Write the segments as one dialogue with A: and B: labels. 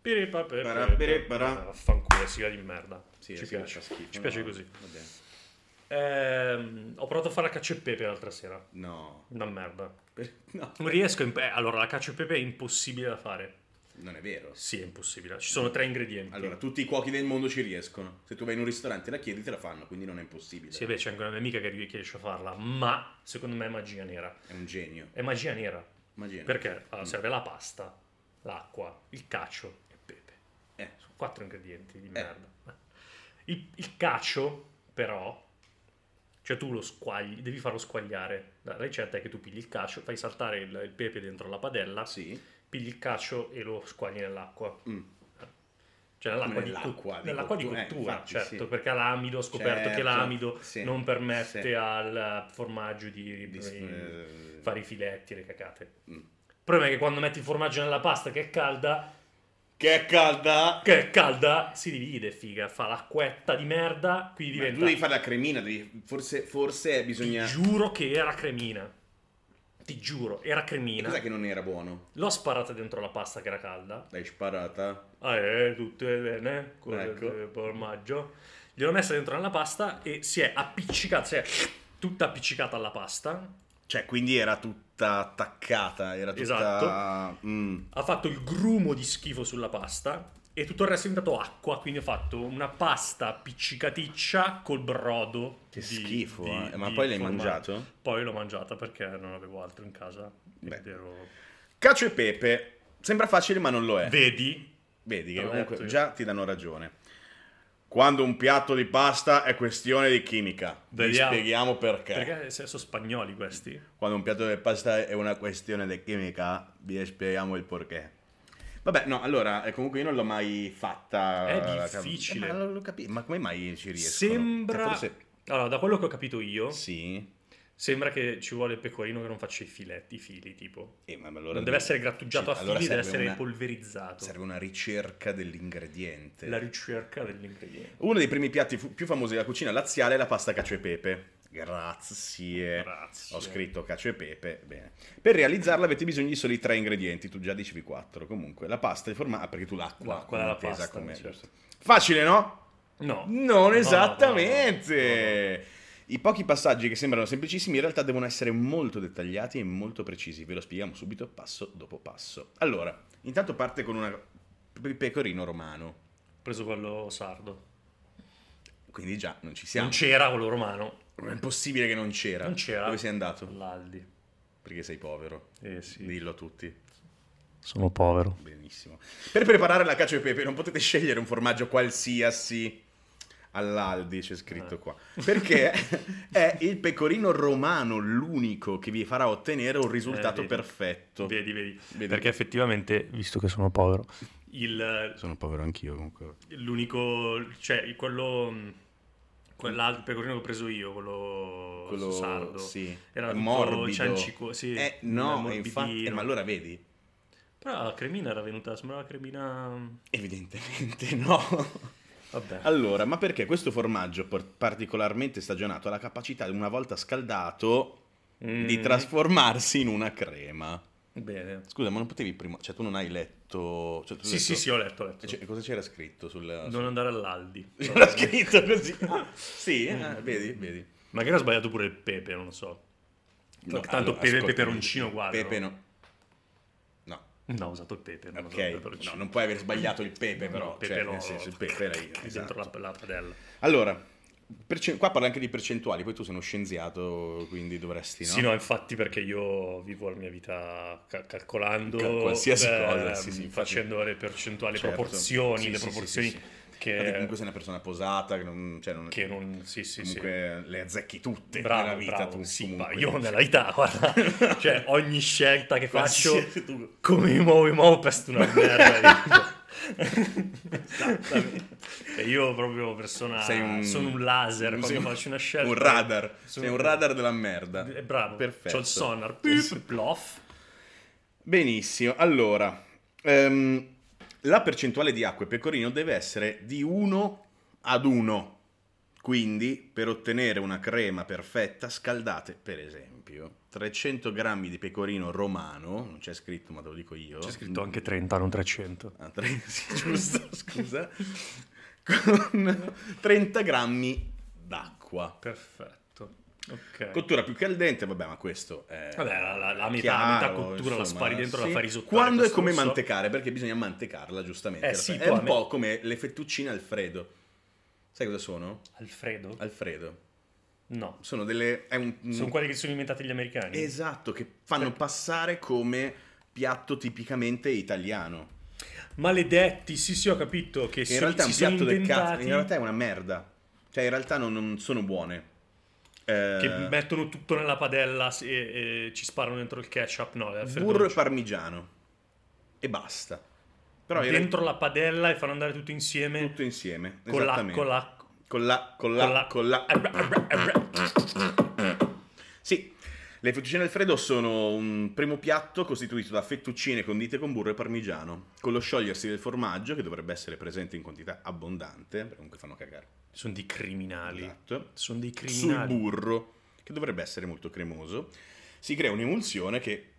A: Piripa, piripa,
B: Para, piripa.
A: Vaffanculo, sigla di merda.
B: Sì,
A: ci
B: sì,
A: piace,
B: fa schifo,
A: ci piace
B: no,
A: così.
B: va bene.
A: Ehm, ho provato a fare la caccia e pepe l'altra sera.
B: No.
A: Una merda.
B: Per- no,
A: Non riesco a imp- eh, allora, la caccia e pepe è impossibile da fare.
B: non è vero.
A: Sì, è impossibile. Ci sono tre ingredienti.
B: Allora, tutti i cuochi del mondo ci riescono. Se tu vai in un ristorante e la chiedi, te la fanno, quindi non è impossibile.
A: Sì, beh, c'è anche una mia amica che rie- che riesce a farla, ma secondo me è magia nera.
B: È un genio. Mm.
A: È magia nera.
B: Magia.
A: Perché Ah, allora, serve la pasta, l'acqua, il caccio e pepe.
B: Eh,
A: Sono quattro ingredienti di merda. Il, il cacio, però, cioè tu lo squagli, devi farlo squagliare. La ricetta è che tu pigli il cacio, fai saltare il, il pepe dentro la padella,
B: sì.
A: pigli il cacio e lo squagli nell'acqua.
B: Mm.
A: Cioè nell'acqua, di,
B: Nell'acqua
A: cottura,
B: di
A: nell'acqua di
B: cottura, eh,
A: cottura,
B: infatti,
A: certo,
B: sì.
A: perché l'amido, ho scoperto che
B: Certo,
A: l'amido
B: sì,
A: non permette
B: sì.
A: al formaggio di,
B: Di-
A: di-
B: eh,
A: fare i filetti, le cacate.
B: Mm.
A: Il problema è che quando metti il formaggio nella pasta che è calda,
B: Che è calda!
A: che è calda, si divide, figa, fa l'acquetta di merda, quindi
B: Ma
A: diventa...
B: tu devi fare la cremina, devi- forse, forse bisogna...
A: Ti giuro che era cremina. Ti giuro, era
B: E
A: cremina.
B: Cos'è che non era buono?
A: L'ho sparata dentro la pasta che era calda.
B: L'hai sparata?
A: Ah, eh, tutto è bene, con
B: Ecco.
A: il formaggio. Gliel'ho messa dentro nella pasta e si è appiccicata, si è tutta appiccicata alla pasta.
B: Cioè, quindi era tutta attaccata, era tutta...
A: Esatto.
B: Mm.
A: Ha fatto il grumo di schifo sulla pasta e tutto il resto è diventato acqua, quindi ho fatto una pasta appiccicaticcia col brodo.
B: Che
A: di-
B: schifo,
A: di-
B: eh. Ma
A: di
B: poi l'hai
A: formaggio.
B: mangiato?
A: Poi l'ho mangiata perché non avevo altro in casa.
B: Beh.
A: ed ero-
B: Cacio e pepe. Sembra facile, ma non lo è.
A: Vedi?
B: Vedi che
A: L'ho
B: comunque
A: detto io.
B: già ti danno ragione. Quando un piatto di pasta è questione di chimica. Vi
A: Vediamo.
B: spieghiamo perché.
A: Perché se- sono spagnoli questi.
B: Quando un piatto di pasta è una questione di chimica, vi spieghiamo il perché. Vabbè, no, allora, eh, comunque io non l'ho mai fatta.
A: È
B: Eh,
A: difficile.
B: ma, lo capi- ma come mai ci riescono?
A: Sembra...
B: Cioè, forse...
A: Allora, da quello che ho capito io,
B: Sì.
A: sembra che ci vuole il pecorino che non faccia i filetti, i fili, tipo.
B: Eh, ma allora...
A: non deve essere grattugiato a
B: Sì,
A: fili,
B: allora
A: deve
B: serve
A: essere
B: una-
A: polverizzato.
B: Serve una ricerca dell'ingrediente.
A: La ricerca dell'ingrediente.
B: Uno dei primi piatti fu- più famosi della cucina laziale è la pasta cacio e pepe. Grazie.
A: Grazie.
B: Ho scritto cacio e pepe. Bene. Per realizzarla avete bisogno di soli tre ingredienti. Tu già dicevi quattro. Comunque, la pasta e formaggio. Ah, perché tu l'acqua.
A: L'acqua della
B: intesa
A: pasta,
B: come-
A: certo.
B: Facile, no?
A: No.
B: Non
A: No,
B: esattamente.
A: no, no, no.
B: I pochi passaggi che sembrano semplicissimi in realtà devono essere molto dettagliati e molto precisi. Ve lo spieghiamo subito passo dopo passo. Allora, intanto parte con una pe- pecorino romano.
A: Ho preso quello sardo.
B: Quindi già non ci siamo.
A: Non c'era quello romano.
B: Non è possibile che non c'era.
A: Non c'era.
B: Dove sei andato?
A: L'Aldi.
B: Perché sei povero.
A: Eh sì.
B: Dillo a tutti.
A: Sono povero.
B: Benissimo. Per preparare la cacio e pepe non potete scegliere un formaggio qualsiasi. All'Aldi c'è
A: Eh.
B: scritto qua. Perché è il pecorino romano l'unico che vi farà ottenere un risultato
A: Eh, vedi.
B: perfetto.
A: Vedi, vedi,
B: Vedi.
A: Perché effettivamente, visto che sono povero, il,
B: Sono povero anch'io comunque.
A: Oh, l'unico, cioè quello, mh, quell'altro il pecorino che ho preso io, quello,
B: Quello
A: sardo,
B: sì.
A: era
B: È
A: tutto
B: morbido.
A: ciancico- sì,
B: Eh, no,
A: era
B: e infatti, eh,
A: morbidino.
B: ma allora vedi?
A: però la cremina era venuta, sembrava la cremina,
B: Evidentemente no.
A: vabbè,
B: Allora, ma perché questo formaggio por- particolarmente stagionato ha la capacità, una volta scaldato, di
A: Mm.
B: trasformarsi in una crema?
A: bene,
B: Scusa, ma non potevi prima... Cioè, tu non hai letto... Cioè, tu hai
A: sì
B: detto-
A: sì sì ho letto, ho letto,
B: E cioè, ah, cosa c'era scritto sul...
A: non andare all'Aldi,
B: C'era scritto così. Ah, sì,
A: Mm.
B: eh, vedi, vedi.
A: magari ho sbagliato pure il pepe, non lo so,
B: No,
A: tanto
B: allora,
A: pepe e
B: ascolta,
A: peperoncino uguale,
B: Pepe
A: no?
B: no. No,
A: no ho usato il pepe, non ho
B: ok.
A: usato il peperoncino,
B: No, non puoi aver sbagliato il pepe, però.
A: No, pepe
B: cioè,
A: no,
B: nel senso, il pepe era io. esatto.
A: dentro la, la padella.
B: Allora, perce- qua parla anche di percentuali, poi tu sei uno scienziato, quindi dovresti, no?
A: Sì, no, infatti perché io vivo la mia vita ca- calcolando ehm,
B: Cal- qualsiasi cosa, sì, sì, infatti.
A: facendo le percentuali,
B: Certo.
A: proporzioni,
B: Sì,
A: le
B: sì,
A: proporzioni
B: sì, sì,
A: Che,
B: Infatti comunque sei una persona posata, che non... Cioè, non-
A: che non... Sì, sì,
B: comunque le azzecchi tutte
A: sì. Bravo,
B: nella vita.
A: bravo,
B: tu,
A: sì,
B: comunque.
A: ma io nella vita, guarda, cioè ogni scelta che faccio,
B: Qualsiasi tu-
A: come mi muovo, mi muovo, pesto una merda.
B: Esattamente.
A: E io proprio persona,
B: Esatto. Sei un-
A: sono un laser
B: sei
A: quando
B: un-
A: faccio una scelta.
B: Un radar,
A: Sono-
B: sei un radar della merda.
A: Eh, Bravo,
B: Perfetto.
A: C'ho il sonar, pip, plof.
B: Benissimo, allora, ehm, la percentuale di acqua e pecorino deve essere di 1 ad 1. Quindi, per ottenere una crema perfetta, scaldate, per esempio, 300 grammi di pecorino romano, non c'è scritto ma te lo dico io.
A: C'è scritto anche 30, non 300.
B: Ah, tre- sì, giusto, scusa. Con 30 grammi d'acqua.
A: Perfetto. Ok.
B: Cottura più che al dente, vabbè, ma questo è.
A: Vabbè, la- la- la metà- metà cottura la spari dentro, la fai risottare,
B: Quando è
A: questo
B: come
A: lo so.
B: mantecare, perché bisogna mantecarla, giustamente.
A: Eh
B: La
A: sì,
B: fai-
A: tu
B: è
A: a me-
B: un po' come le fettuccine Alfredo. Sai cosa sono?
A: Alfredo?
B: Alfredo.
A: No.
B: Sono delle. È un,
A: Sono quelli che sono inventati gli americani.
B: Esatto, che fanno passare come piatto tipicamente italiano.
A: Maledetti, sì sì ho capito che
B: Che
A: si,
B: in realtà è
A: si
B: un
A: sono
B: piatto del cazzo.
A: inventati
B: In realtà è una merda. Cioè, in realtà non, non sono buone. Eh,
A: che mettono tutto nella padella s- e, e ci sparano dentro il ketchup, no, Alfredo
B: burro
A: non
B: e
A: c'è.
B: parmigiano. E basta. Però in
A: dentro la padella e fanno andare tutto insieme
B: realtà tutto insieme.
A: con la
B: esattamente.
A: con la
B: Con la, con
A: con
B: la,
A: la-
B: con la.
A: Arra, arra, arra.
B: Sì, le fettuccine Alfredo sono un primo piatto costituito da fettuccine condite con burro e parmigiano, con lo sciogliersi del formaggio che dovrebbe essere presente in quantità abbondante, perché comunque fanno cagare.
A: Sono dei criminali.
B: Esatto.
A: Sono dei
B: Sul
A: criminali.
B: burro, che dovrebbe essere molto cremoso, si crea un'emulsione che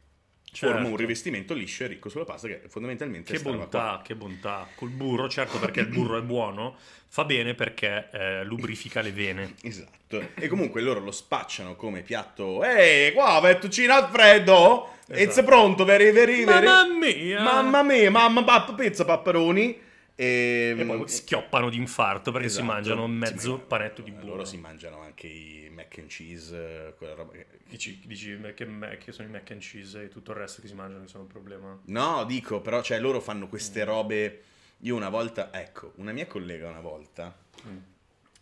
B: forma
A: Certo.
B: un rivestimento liscio e ricco sulla pasta che fondamentalmente è
A: Che
B: sta roba qua.
A: bontà, che bontà. Col burro, certo perché il burro è buono, fa bene perché eh, lubrifica le vene.
B: Esatto. E comunque loro lo spacciano come piatto. Ehi, qua, fettuccina Alfredo! It's
A: Esatto.
B: pronto, veri, veri, veri.
A: Mamma mia!
B: Mamma mia, mamma pappa, pizza papperoni. E,
A: E poi schioppano di infarto perché
B: Esatto.
A: si mangiano Eh, mezzo
B: mangiano-
A: panetto di burro.
B: Loro si mangiano anche i mac and cheese, eh, quella roba che-
A: Dici, dici che, me- che sono i mac and cheese e tutto il resto che si mangiano che sono un problema.
B: No, dico, però, cioè, loro fanno queste robe... Io una volta, ecco, una mia collega una volta
A: Mm.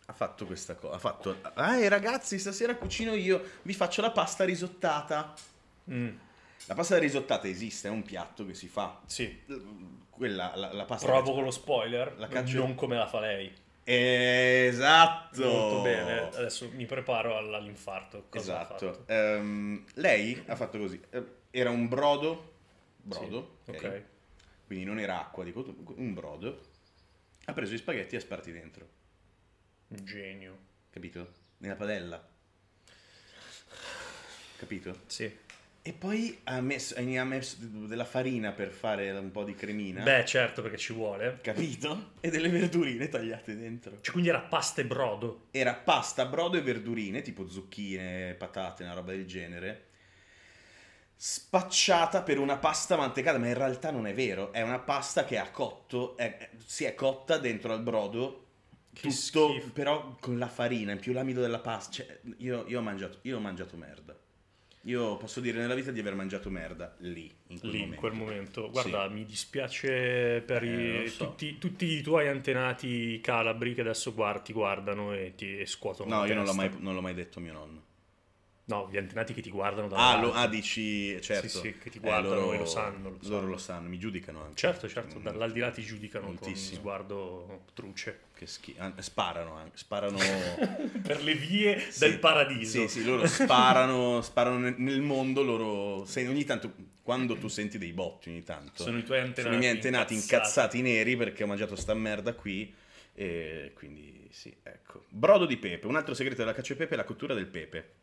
B: ha fatto questa cosa, ha fatto... Ah, eh, ragazzi, stasera cucino io, vi faccio la pasta risottata.
A: Mm,
B: La pasta risottata esiste, è un piatto che si fa.
A: Sì,
B: Quella, la, la pasta...
A: provo con lo spoiler,
B: Ah, La caccia-
A: non come la fa lei.
B: Esatto!
A: Molto bene, adesso mi preparo all- all'infarto. Cosa ha
B: Esatto.
A: fatto?
B: Ehm, lei ha fatto così. Eh, Era un brodo. Brodo.
A: Sì,
B: ok?
A: ok.
B: Quindi non era acqua, dico un brodo. Ha preso gli spaghetti e ha sparti dentro.
A: Un genio.
B: Capito? Nella padella. Capito?
A: Sì.
B: E poi ha messo, ne ha messo della farina per fare un po' di cremina.
A: Beh, certo perché ci vuole.
B: Capito? E delle verdurine tagliate dentro.
A: Cioè, quindi era pasta e brodo.
B: Era pasta, brodo e verdurine, tipo zucchine, patate, una roba del genere. Spacciata per una pasta mantecata, ma in realtà non è vero. È una pasta che ha cotto, è- si è cotta dentro al brodo.
A: Che
B: tutto,
A: schifo.
B: però con la farina, in più l'amido della pasta. Cioè, io, io ho mangiato, io ho mangiato merda. Io posso dire nella vita di aver mangiato merda lì, in quel
A: Lì, in
B: momento.
A: quel momento. Guarda, mi dispiace per
B: Eh,
A: i-
B: lo so.
A: tutti, tutti i tuoi antenati calabri che adesso guard- ti guardano e ti e scuotono
B: No,
A: la
B: io non l'ho,
A: testa.
B: mai, non l'ho mai detto a mio nonno.
A: No, gli antenati che ti guardano da
B: Ah, lo, ah, dici, certo.
A: Sì, sì, che ti
B: Eh,
A: guardano e lo sanno, lo
B: Loro
A: sanno.
B: lo sanno, mi giudicano anche.
A: Certo, certo,
B: Mm,
A: dall'aldilà ti giudicano
B: Moltissimo.
A: con un sguardo truce.
B: Che schifo. Ah, Sparano anche, sparano...
A: Per le vie
B: Sì.
A: del paradiso.
B: Sì, sì, loro sparano, sparano nel, nel mondo, loro... se- ogni tanto, quando tu senti dei botti ogni tanto...
A: Sono i tuoi antenati.
B: sono i miei antenati incazzati neri perché ho mangiato sta merda qui e quindi sì, ecco. Brodo di pepe, un altro segreto della cacio e pepe è la cottura del pepe.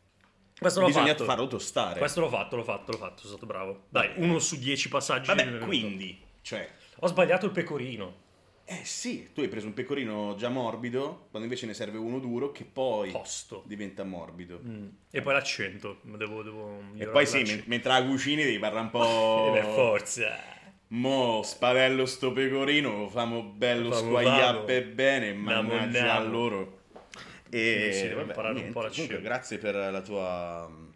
A: Questo l'ho
B: Bisogna
A: fatto.
B: farlo tostare.
A: Questo l'ho fatto, l'ho fatto, l'ho fatto, sono stato bravo. Dai, uno su dieci passaggi. mi è
B: Vabbè,
A: venuto.
B: quindi, cioè,
A: Ho sbagliato il pecorino.
B: Eh sì, tu hai preso un pecorino già morbido, quando invece ne serve uno duro che poi
A: Posto.
B: diventa morbido.
A: Mm. E poi l'accento. Devo, devo
B: E
A: migliorare
B: poi sì, men-
A: l'accento.
B: mentre la cucini devi parlare un
A: Eh beh,
B: po'...
A: forza.
B: Mo, spadello sto pecorino, lo famo bello
A: Famo
B: squagliappe
A: vado.
B: bene,
A: Namo,
B: mannaggia a
A: namo.
B: loro.
A: Quindi sì,
B: E
A: devo
B: vabbè,
A: imparare un
B: niente,
A: po' la
B: comunque,
A: scena.
B: grazie per la tua... mh,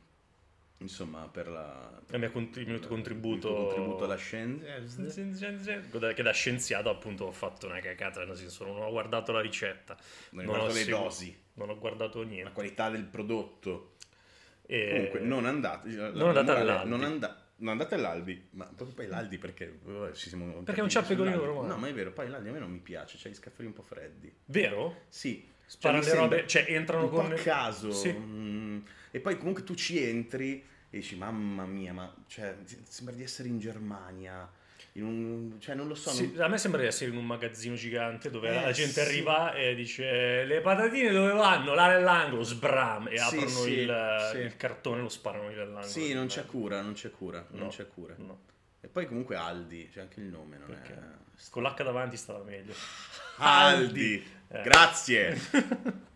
B: Insomma, per la...
A: La mia cont- il mio contributo- Eh,
B: il tuo contributo alla scienza.
A: che da scienziato appunto ho fatto una cacata nel senso non ho guardato la ricetta
B: Non hai guardato
A: ho
B: le
A: segu-
B: dosi.
A: non ho guardato
B: La
A: niente
B: qualità del prodotto.
A: E-
B: Comunque, non andate. la- la-
A: Eh, non andate
B: morale,
A: all'Aldi.
B: Non, anda- non andate all'Aldi. Ma proprio poi l'Aldi perché. oh, ci siamo capiti
A: non c'è il pecorino
B: sull'Aldi.
A: romano.
B: No, ma è vero, poi l'Aldi a me non mi piace, c'è gli scaffali un po' freddi.
A: vero?
B: Sì.
A: Sparano
B: Cioè, mi
A: le
B: sembra
A: robe- cioè, entrano
B: un po'
A: con-
B: a caso.
A: Sì.
B: mm, e poi comunque tu ci entri e dici, mamma mia, ma cioè, ti- sembra di essere in Germania. in un- cioè non lo so,
A: Sì,
B: non-
A: a me sembra di essere in un magazzino gigante dove
B: Eh,
A: la gente
B: sì.
A: arriva e dice le patatine dove vanno? Là nell'angolo, sbram, e
B: Sì,
A: aprono
B: sì,
A: il,
B: sì.
A: il cartone e lo sparano lì nell'angolo.
B: sì, non c'è cura, non c'è cura,
A: No.
B: non c'è cura.
A: No.
B: E poi comunque Aldi, c'è anche il nome, non
A: Perché?
B: è
A: Con l'H davanti stava meglio.
B: Aldi.
A: Eh.
B: Grazie.